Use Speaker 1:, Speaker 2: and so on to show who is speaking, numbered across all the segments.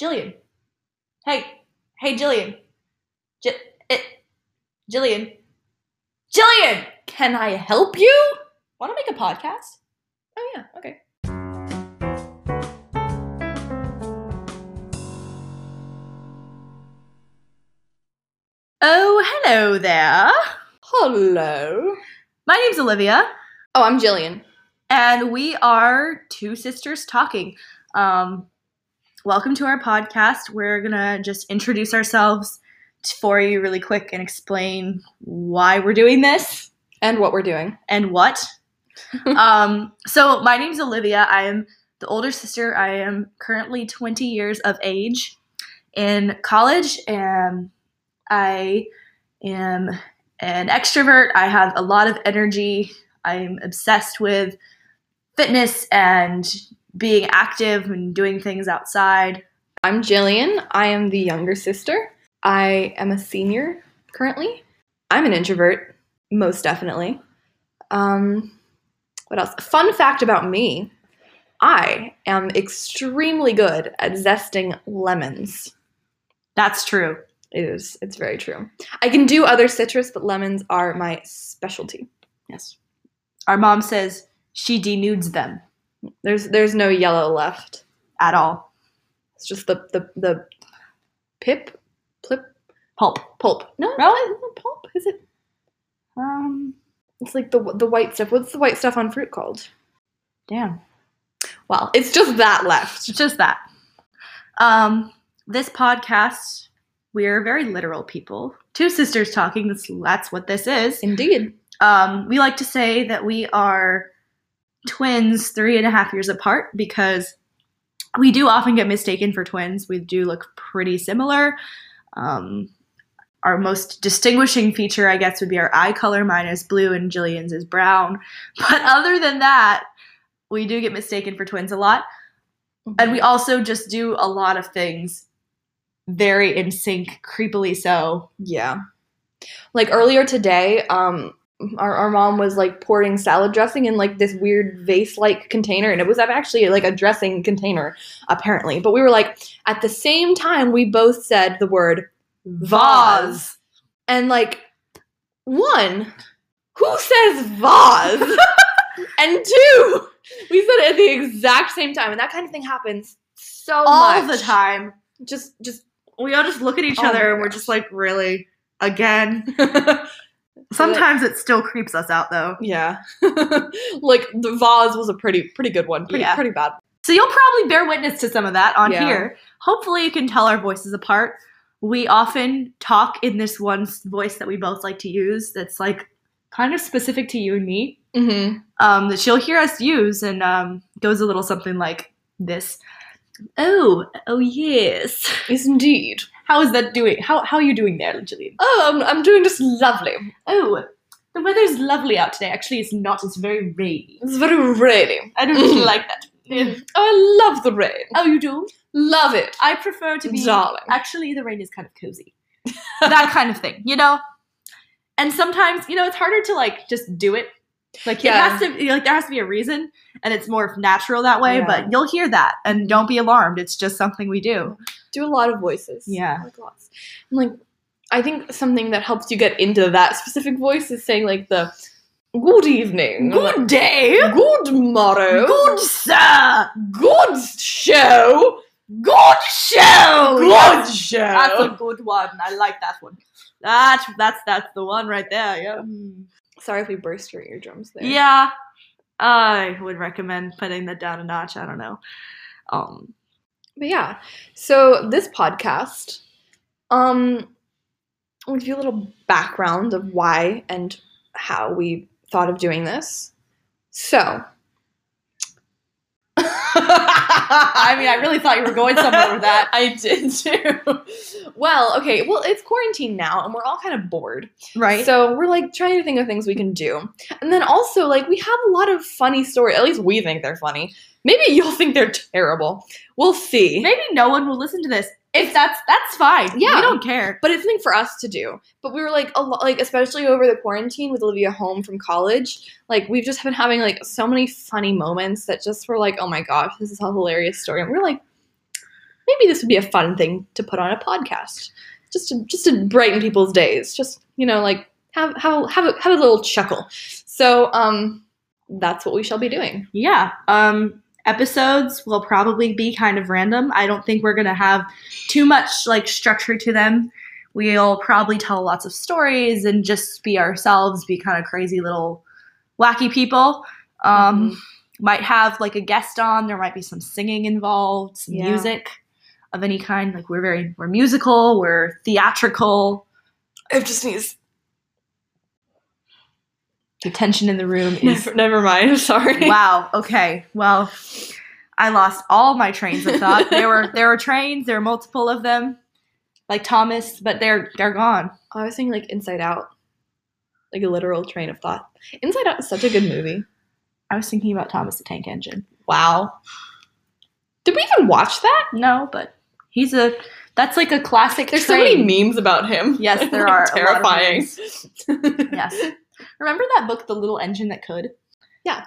Speaker 1: Jillian. Hey, hey, Jillian. J- it, Jillian. Jillian, can I help you? Want to make a podcast? Oh, yeah, okay.
Speaker 2: Oh, hello there.
Speaker 1: Hello.
Speaker 2: My name's Olivia,
Speaker 1: Oh, I'm Jillian.
Speaker 2: and we are two sisters talking. Um, welcome to our podcast. We're gonna just introduce ourselves t- for you really quick and explain why we're doing this
Speaker 1: And what we're doing.
Speaker 2: and what. um, so my name's Olivia. I am the older sister. I am currently 20 years of age in college, and I am an extrovert. I have a lot of energy. I'm obsessed with fitness and being active and doing things outside.
Speaker 1: I'm Jillian. I am the younger sister. I am a senior currently. I'm an introvert, most definitely. Um, what else? Fun fact about me I am extremely good at zesting lemons.
Speaker 2: That's true.
Speaker 1: It is, it's very true. I can do other citrus, but lemons are my specialty.
Speaker 2: Yes. Our mom says she denudes them
Speaker 1: There's, there's no yellow left.
Speaker 2: at all.
Speaker 1: It's just the, the, the pip, plip,
Speaker 2: Pulp.
Speaker 1: pulp. No,
Speaker 2: Really?
Speaker 1: no pulp, is it?
Speaker 2: Um,
Speaker 1: It's like the the white stuff. What's the white stuff on fruit called?
Speaker 2: damn.
Speaker 1: Well, it's just that left.
Speaker 2: It's just that. Um, this podcast, we're very literal people. Two sisters talking. That's, that's what this is.
Speaker 1: Indeed.
Speaker 2: Um, we like to say that we are twins three and a half years apart because we do often get mistaken for twins. We do look pretty similar. Um, our most distinguishing feature, I guess, would be our eye color. Mine is blue and Jillian's is brown. But other than that, we do get mistaken for twins a lot. And we also just do a lot of things very in sync, creepily so.
Speaker 1: yeah. Like earlier today, um our, our mom was like pouring salad dressing in like this weird vase like container and it was actually like a dressing container apparently. But we were like at the same time we both said the word vase.
Speaker 2: Vase.
Speaker 1: And like, one, who says vase? and two, we said it at the exact same time. And that kind of thing happens so
Speaker 2: All
Speaker 1: much.
Speaker 2: the time.
Speaker 1: Just, just.
Speaker 2: we all just look at each
Speaker 1: Oh my
Speaker 2: other and we're
Speaker 1: gosh.
Speaker 2: just like, really? Again? Sometimes
Speaker 1: Sometimes
Speaker 2: it still creeps us out though.
Speaker 1: yeah. like, the vase was a pretty, pretty good one. Pretty,
Speaker 2: Yeah.
Speaker 1: pretty bad.
Speaker 2: So you'll probably bear witness to some of that on
Speaker 1: Yeah.
Speaker 2: here. Hopefully, you can tell our voices apart. We often talk in this one s- voice that we both like to use that's like kind of specific to you and me
Speaker 1: Mm-hmm.
Speaker 2: um, that she'll hear us use and um, goes a little something like this. Oh, oh yes.
Speaker 1: Yes, indeed.
Speaker 2: How is that doing? How, how are you doing there, Jillian?
Speaker 1: Oh, I'm, I'm doing just lovely.
Speaker 2: Oh, the weather's lovely out today. Actually, it's not. It's very rainy.
Speaker 1: It's very rainy.
Speaker 2: I don't
Speaker 1: really
Speaker 2: like that.
Speaker 1: Oh, I love the rain.
Speaker 2: Oh, you do?
Speaker 1: Love it.
Speaker 2: I prefer to be.
Speaker 1: Darling.
Speaker 2: Actually, the rain is kind of cozy. that kind of thing, you know. And sometimes, you know, it's harder to like just do it. Like
Speaker 1: Yeah.
Speaker 2: it has to, like there has to be a reason, and it's more natural that way.
Speaker 1: Yeah.
Speaker 2: But you'll hear that, and don't be alarmed. It's just something we do.
Speaker 1: do a lot of voices.
Speaker 2: Yeah.
Speaker 1: Like lots. And like I think something that helps you get into that specific voice is saying like the good evening.
Speaker 2: Good day,
Speaker 1: like, good morrow.
Speaker 2: good sir,
Speaker 1: good show.
Speaker 2: good show.
Speaker 1: good
Speaker 2: Yes.
Speaker 1: show.
Speaker 2: That's a good one. I like that one. That that's that's the one right there. Yeah. Mm.
Speaker 1: Sorry if we burst your eardrums there.
Speaker 2: Yeah. I would recommend putting that down a notch. I don't know. Um
Speaker 1: But yeah. So this podcast, um I'll give you a little background of why and how we thought of doing this. So
Speaker 2: I mean, I really thought you were going somewhere with that.
Speaker 1: I did too. well, okay. Well, it's quarantine now, and we're all kind of bored.
Speaker 2: Right. So
Speaker 1: So we're like trying to think of things we can do, and then also like we have a lot of funny stories. At least we think they're funny. Maybe you'll think they're terrible. We'll see.
Speaker 2: maybe no one will listen to this. If that's that's fine.
Speaker 1: Yeah.
Speaker 2: We don't care.
Speaker 1: But it's something for us to do. But we were like a lot, like especially over the quarantine with Olivia home from college. Like we've just been having like so many funny moments that just were like, oh my gosh, this is a hilarious story. And we're like, maybe this would be a fun thing to put on a podcast, just to just to brighten people's days. Just you know, like have have have a, have a little chuckle. So um, that's what we shall be doing.
Speaker 2: yeah um episodes will probably be kind of random i don't think we're gonna have too much like structure to them we'll probably tell lots of stories and just be ourselves be kind of crazy little wacky people um
Speaker 1: Mm-hmm.
Speaker 2: might have like a guest on there might be some singing involved some
Speaker 1: Yeah.
Speaker 2: music of any kind like we're very we're musical we're theatrical
Speaker 1: I've just sneezed.
Speaker 2: the tension in the room is
Speaker 1: Never, never mind. Sorry.
Speaker 2: wow. Okay. Well, I lost all my trains of thought. There were there were trains. There were multiple of them, like Thomas, but they're they're gone.
Speaker 1: I was thinking like Inside Out, like a literal train of thought. Inside Out is such a good movie.
Speaker 2: I was thinking about Thomas the Tank Engine. Wow.
Speaker 1: Did we even watch that?
Speaker 2: No, but he's a that's like a classic.
Speaker 1: There's so
Speaker 2: train.
Speaker 1: many memes about him.
Speaker 2: Yes, there
Speaker 1: Like,
Speaker 2: are a lot of
Speaker 1: terrifying.
Speaker 2: Yes. Remember that book, The Little Engine That Could?
Speaker 1: Yeah.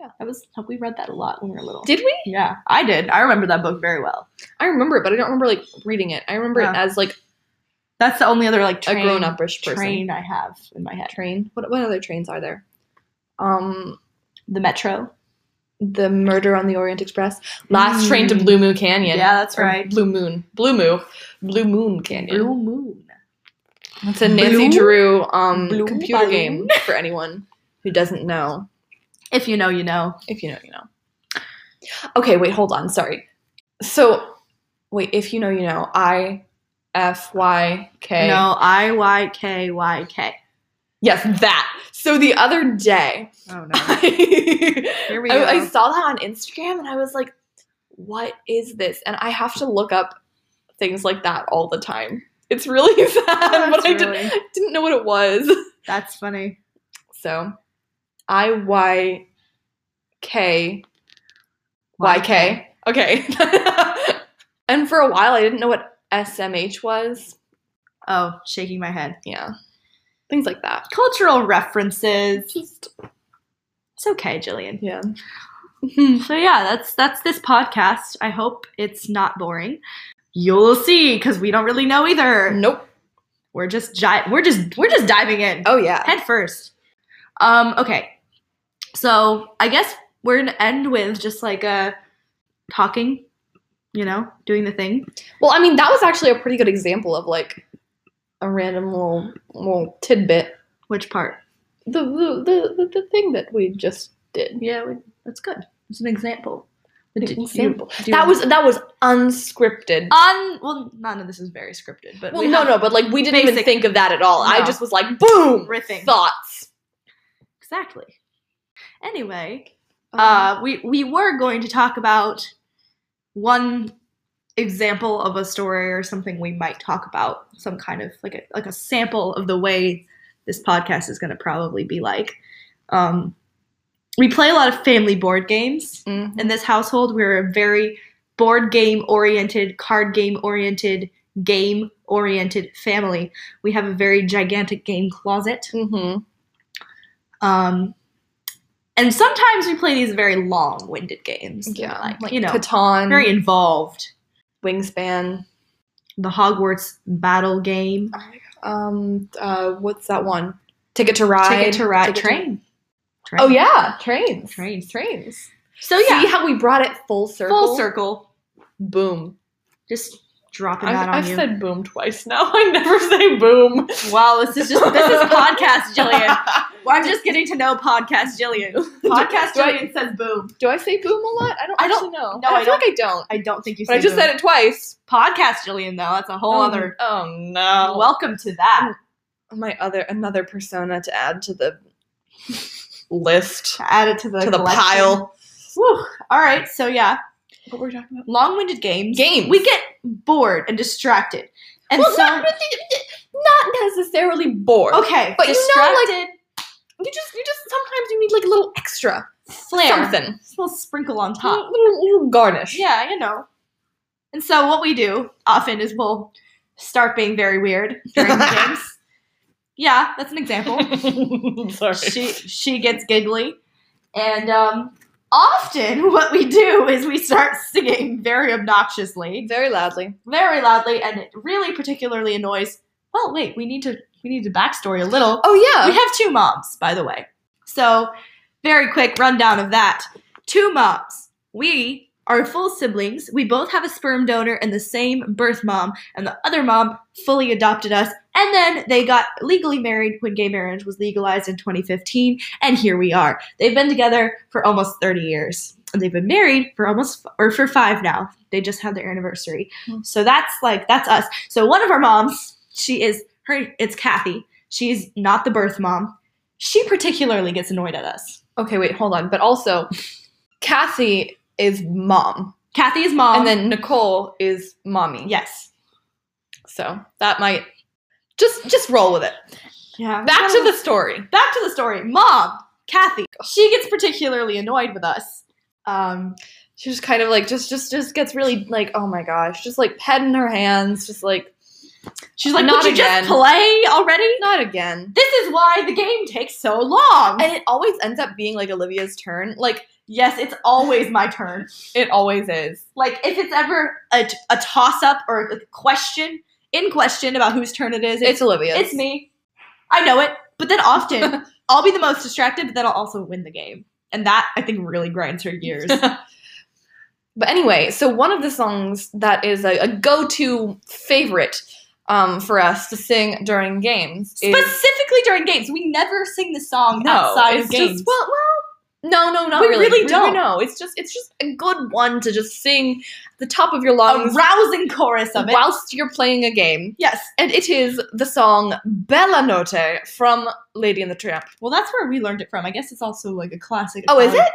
Speaker 2: Yeah. That was we read that a lot when we were little.
Speaker 1: Did we?
Speaker 2: yeah, I did. I remember that book very well.
Speaker 1: I remember it, but I don't remember like reading it. I remember it
Speaker 2: Yeah.
Speaker 1: as like
Speaker 2: That's the only other like train,
Speaker 1: a grown upish person.
Speaker 2: train I have in my head.
Speaker 1: Train. What what other trains are there? Um,
Speaker 2: The Metro.
Speaker 1: the Murder on the Orient Express, Last Train to
Speaker 2: Mm.
Speaker 1: Blue Moon Canyon.
Speaker 2: Yeah, that's
Speaker 1: Or
Speaker 2: right.
Speaker 1: Blue Moon, Blue Moo, Blue Moon Canyon.
Speaker 2: Blue Moon.
Speaker 1: It's a Nancy
Speaker 2: Blue-
Speaker 1: Drew um,
Speaker 2: Blue
Speaker 1: computer
Speaker 2: balloon.
Speaker 1: game for anyone who doesn't know.
Speaker 2: If you know, you know.
Speaker 1: If you know, you know. Okay, wait, hold on. Sorry. So, wait, if you know, you know. I F Y K.
Speaker 2: No, I Y K Y K.
Speaker 1: Yes, that. So the other day,
Speaker 2: Oh no.
Speaker 1: I,
Speaker 2: Here we go.
Speaker 1: I, saw that on Instagram and I was like, what is this? And I have to look up things like that all the time. It's really sad, but
Speaker 2: That's
Speaker 1: I didn't,
Speaker 2: really-
Speaker 1: didn't know what it was.
Speaker 2: That's funny.
Speaker 1: So I Y K Y K. Okay. and for a while I didn't know what SMH was.
Speaker 2: Oh, shaking my head.
Speaker 1: Yeah. Things like that.
Speaker 2: Cultural references.
Speaker 1: Just
Speaker 2: It's okay, Jillian.
Speaker 1: yeah.
Speaker 2: So yeah, that's that's this podcast. I hope it's not boring. You'll see, because we don't really know either.
Speaker 1: nope.
Speaker 2: We're just gi- we're just we're just diving in.
Speaker 1: Oh yeah.
Speaker 2: head first. Um, okay. So I guess we're gonna end with just like a talking, you know, doing the thing.
Speaker 1: Well, I mean that was actually a pretty good example of like a random little little tidbit.
Speaker 2: Which part?
Speaker 1: The the the, the, the thing that we just did.
Speaker 2: Yeah, we, that's good. It's an example.
Speaker 1: An
Speaker 2: Do- do-
Speaker 1: example.
Speaker 2: do-
Speaker 1: that was that was unscripted.
Speaker 2: on. Well, none of this is very scripted, but
Speaker 1: well,
Speaker 2: we
Speaker 1: no,
Speaker 2: have-
Speaker 1: no, but like we didn't even
Speaker 2: basic-
Speaker 1: think of that at all. I
Speaker 2: No.
Speaker 1: just was like, boom,
Speaker 2: Riffing.
Speaker 1: thoughts.
Speaker 2: exactly. Anyway,
Speaker 1: Uh-huh. Um,
Speaker 2: uh, we we were going to talk about one example of a story or something we might talk about some kind of like a like a sample of the way this podcast is going to probably be like um we play a lot of family board games
Speaker 1: Mhm.
Speaker 2: in this household we're a very board game oriented card game oriented game oriented family we have a very gigantic game closet
Speaker 1: Mhm.
Speaker 2: um, and sometimes we play these very long-winded games. that are, like, you know,
Speaker 1: Catan,
Speaker 2: very involved.
Speaker 1: Wingspan.
Speaker 2: The Hogwarts battle game,
Speaker 1: Um, uh, what's that one? Ticket to Ride.
Speaker 2: ticket to ride,
Speaker 1: Ticket to-
Speaker 2: train. train.
Speaker 1: Oh yeah, trains,
Speaker 2: Trains.
Speaker 1: trains.
Speaker 2: So yeah,
Speaker 1: See how we brought it full circle.
Speaker 2: full circle.
Speaker 1: Boom.
Speaker 2: Just dropping
Speaker 1: I've,
Speaker 2: that on
Speaker 1: I've
Speaker 2: you.
Speaker 1: said boom twice now. I never say boom.
Speaker 2: wow, this is just this is podcast
Speaker 1: Oh,
Speaker 2: Jillian. Well, I'm just getting to know podcast Jillian. Podcast
Speaker 1: Do I-
Speaker 2: Jillian says boom.
Speaker 1: Do I say boom a lot? I don't.
Speaker 2: I don't-
Speaker 1: actually know.
Speaker 2: no, I
Speaker 1: feel like I don't.
Speaker 2: I don't think you.
Speaker 1: But I just said it twice.
Speaker 2: podcast Jillian though. That's a whole
Speaker 1: Oh,
Speaker 2: other. uh,
Speaker 1: Oh no.
Speaker 2: Welcome to that.
Speaker 1: my other another persona to add to the list
Speaker 2: Add it to the
Speaker 1: to the
Speaker 2: collection.
Speaker 1: pile.
Speaker 2: Whew. All right, so yeah,
Speaker 1: What were we talking about?
Speaker 2: long-winded games.
Speaker 1: Games.
Speaker 2: We get bored and distracted, and
Speaker 1: well,
Speaker 2: so
Speaker 1: not, really- not necessarily bored.
Speaker 2: okay,
Speaker 1: But you know, like,
Speaker 2: distracted,
Speaker 1: You just you just sometimes you need like a little extra
Speaker 2: flair,
Speaker 1: something, Mm,
Speaker 2: Just a little sprinkle on
Speaker 1: a
Speaker 2: top.
Speaker 1: little, little garnish.
Speaker 2: Yeah, you know. And so what we do often is we'll start being very weird during the games. Yeah, that's an example.
Speaker 1: Sorry.
Speaker 2: she she gets giggly, and um, often what we do is we start singing very obnoxiously,
Speaker 1: Very loudly.
Speaker 2: very loudly, and it really particularly annoys. Well, wait, we need to we need to backstory a little.
Speaker 1: Oh yeah.
Speaker 2: We have two moms, by the way. So, very quick rundown of that. Two moms. We are full siblings. We both have a sperm donor and the same birth mom, and the other mom fully adopted us. And then they got legally married when gay marriage was legalized in 2015, and here we are. They've been together for almost 30 years. And they've been married for almost or for 5 now. They just had their anniversary.
Speaker 1: Hmm.
Speaker 2: So that's like that's us. So one of our moms, she is her it's Kathy. She's not the birth mom. She particularly gets annoyed at us.
Speaker 1: okay, wait, hold on. But also, Kathy is mom,
Speaker 2: Kathy's mom.
Speaker 1: and then Nicole is mommy.
Speaker 2: yes.
Speaker 1: So that might just just roll with it.
Speaker 2: Yeah.
Speaker 1: Back to the story.
Speaker 2: back to the story. Mom, Kathy. She gets particularly annoyed with us. Um,
Speaker 1: She just kind of like just just just gets really like oh my gosh, just like petting her hands, just like
Speaker 2: she's like,
Speaker 1: Not
Speaker 2: "Would you
Speaker 1: again.
Speaker 2: just play already?"
Speaker 1: not again.
Speaker 2: This is why the game takes so long.
Speaker 1: And it always ends up being like Olivia's turn. Like
Speaker 2: yes, it's always my turn.
Speaker 1: it always is.
Speaker 2: Like if it's ever a, a toss up or a question in question about whose turn it is,
Speaker 1: It's, Olivia's.
Speaker 2: It's me. I know it. But then often I'll be the most distracted, but then I'll also win the game. And that I think really grinds her gears.
Speaker 1: But anyway, so one of the songs that is a, a go-to favorite um, for us to sing during games is
Speaker 2: Specifically during games. We never sing the song outside
Speaker 1: it's
Speaker 2: of games.
Speaker 1: Just, well, well, no, no, not
Speaker 2: We
Speaker 1: really.
Speaker 2: really don't.
Speaker 1: No, it's just it's just a good one to just sing at the top of your
Speaker 2: a
Speaker 1: lungs
Speaker 2: rousing chorus of it.
Speaker 1: whilst you're playing a game,
Speaker 2: Yes.
Speaker 1: and it is the song "Bella Notte" from Lady and the Tramp.
Speaker 2: Well, that's where we learned it from. I guess it's also like a classic.
Speaker 1: Oh, is
Speaker 2: Italian-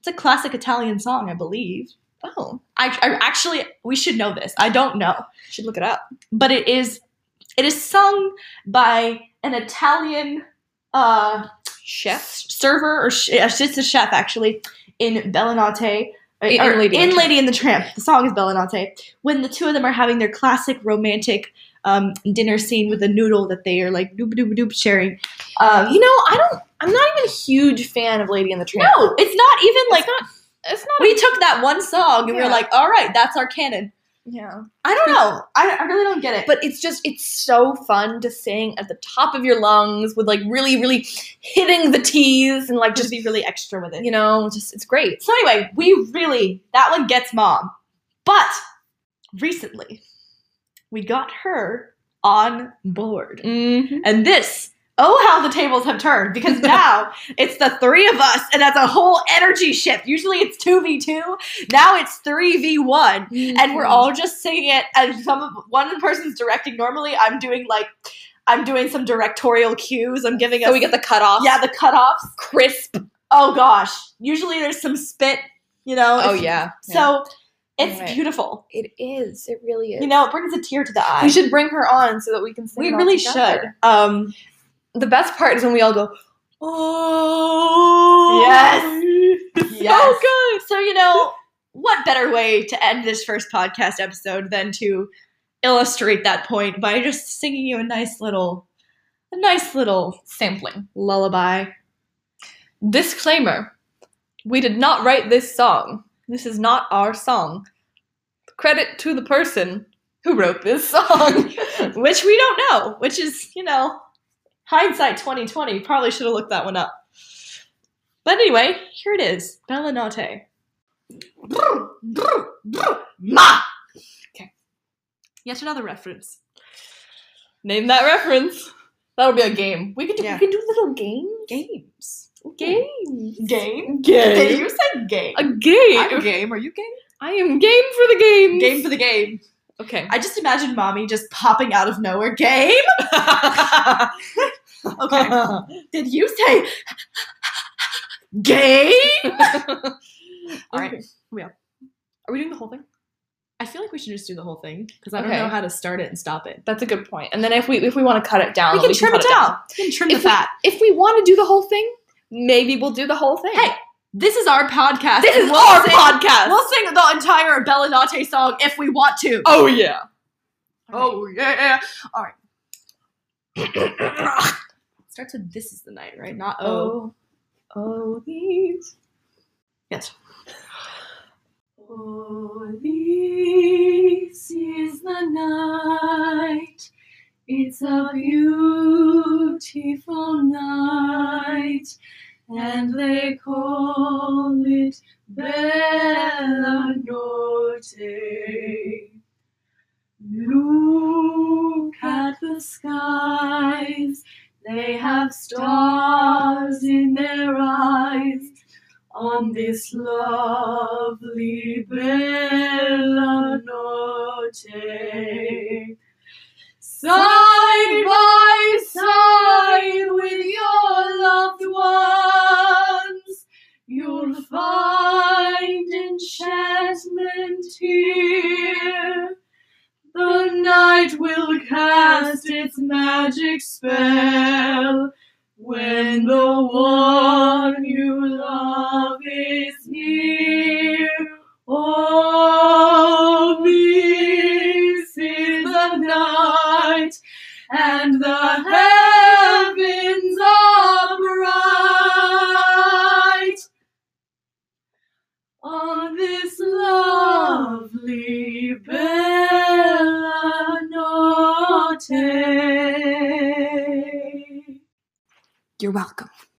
Speaker 2: It's a classic Italian song, I believe.
Speaker 1: Oh,
Speaker 2: I, I actually we should know this. I don't know.
Speaker 1: should look it up.
Speaker 2: but it is it is sung by an Italian uh,
Speaker 1: Chef.
Speaker 2: server or sh- it's just a chef actually in Bellinate.
Speaker 1: In-
Speaker 2: or
Speaker 1: in Lady and
Speaker 2: in
Speaker 1: the
Speaker 2: Lady and the Tramp, the song is Bellinate. When the two of them are having their classic romantic um, dinner scene with a noodle that they are like doop doop doop sharing. Um,
Speaker 1: You know, I don't. I'm not even a huge fan of Lady and the Tramp.
Speaker 2: no, it's not even like
Speaker 1: it's not.
Speaker 2: we took that one song and we
Speaker 1: Yeah.
Speaker 2: were like, all right, that's our canon.
Speaker 1: yeah.
Speaker 2: I don't know. I, I really don't get it.
Speaker 1: but it's just it's so fun to sing at the top of your lungs with like really really hitting the t's and like
Speaker 2: just
Speaker 1: just
Speaker 2: be really extra with it.
Speaker 1: you know just it's great
Speaker 2: So anyway, we really that one gets mom. But recently, we got her on board.
Speaker 1: Mm-hmm.
Speaker 2: And this, oh how the tables have turned because now it's the three of us and that's a whole energy shift. Usually it's 2v2, now it's 3v1
Speaker 1: Mm-hmm.
Speaker 2: and we're all just singing it and some of one person's directing normally i'm doing like i'm doing some directorial cues i'm giving
Speaker 1: so
Speaker 2: us
Speaker 1: we get the cutoff
Speaker 2: yeah the cutoffs
Speaker 1: crisp
Speaker 2: oh gosh usually there's some spit you know
Speaker 1: oh
Speaker 2: if-
Speaker 1: yeah
Speaker 2: so it's
Speaker 1: Right.
Speaker 2: beautiful
Speaker 1: it is it really is
Speaker 2: you know it brings a tear to the eye
Speaker 1: we should bring her on so that we can sing
Speaker 2: We
Speaker 1: it all
Speaker 2: really
Speaker 1: together.
Speaker 2: should um
Speaker 1: the best part is when we all go
Speaker 2: oh yes yes
Speaker 1: oh
Speaker 2: so you know what better way to end this first podcast episode than to illustrate that point by just singing you a nice little a nice little
Speaker 1: good sampling
Speaker 2: lullaby
Speaker 1: disclaimer we did not write this song this is not our song credit to the person who wrote this song
Speaker 2: which we don't know which is you know hindsight 2020 probably should have looked that one up but anyway here it is bella notte ma okay yet another reference
Speaker 1: Name that reference. That'll be a game. We could do.
Speaker 2: Yeah.
Speaker 1: We could do little games.
Speaker 2: games
Speaker 1: Games.
Speaker 2: game did
Speaker 1: Game.
Speaker 2: you say game
Speaker 1: A game.
Speaker 2: I'm game are you game
Speaker 1: I am game for the game.
Speaker 2: game for the game
Speaker 1: Okay.
Speaker 2: I just imagine mommy just popping out of nowhere. Game. okay. Did you say game?
Speaker 1: All
Speaker 2: All right.
Speaker 1: right.
Speaker 2: we are.
Speaker 1: Are we doing the whole thing?
Speaker 2: I feel like we should just do the whole thing because I don't
Speaker 1: Okay.
Speaker 2: know how to start it and stop it.
Speaker 1: That's a good point. And then if we if we want to cut it down,
Speaker 2: we can trim it
Speaker 1: cut
Speaker 2: down. We can trim
Speaker 1: If
Speaker 2: the fat.
Speaker 1: If we want to do the whole thing, maybe we'll do the whole thing.
Speaker 2: Hey, This is our podcast.
Speaker 1: this
Speaker 2: and
Speaker 1: is
Speaker 2: we'll
Speaker 1: our
Speaker 2: sing-
Speaker 1: podcast.
Speaker 2: We'll sing the entire Bellinate song if we want to.
Speaker 1: oh yeah.
Speaker 2: Oh, yeah. All right. Starts with this is the night, right? Not oh.
Speaker 1: Oh. Oh these
Speaker 3: Yes.
Speaker 2: Oh, this is the night. It's a beautiful night, and they call it Bella Notte. Look at the skies, they have stars in their eyes on this lovely bella notte. Side by side with your loved ones, you'll find enchantment here. The night will cast its magic spell when the one you love is near. Oh, this is the night, and the heavens are bright on this lovely bella notte.
Speaker 1: You're welcome.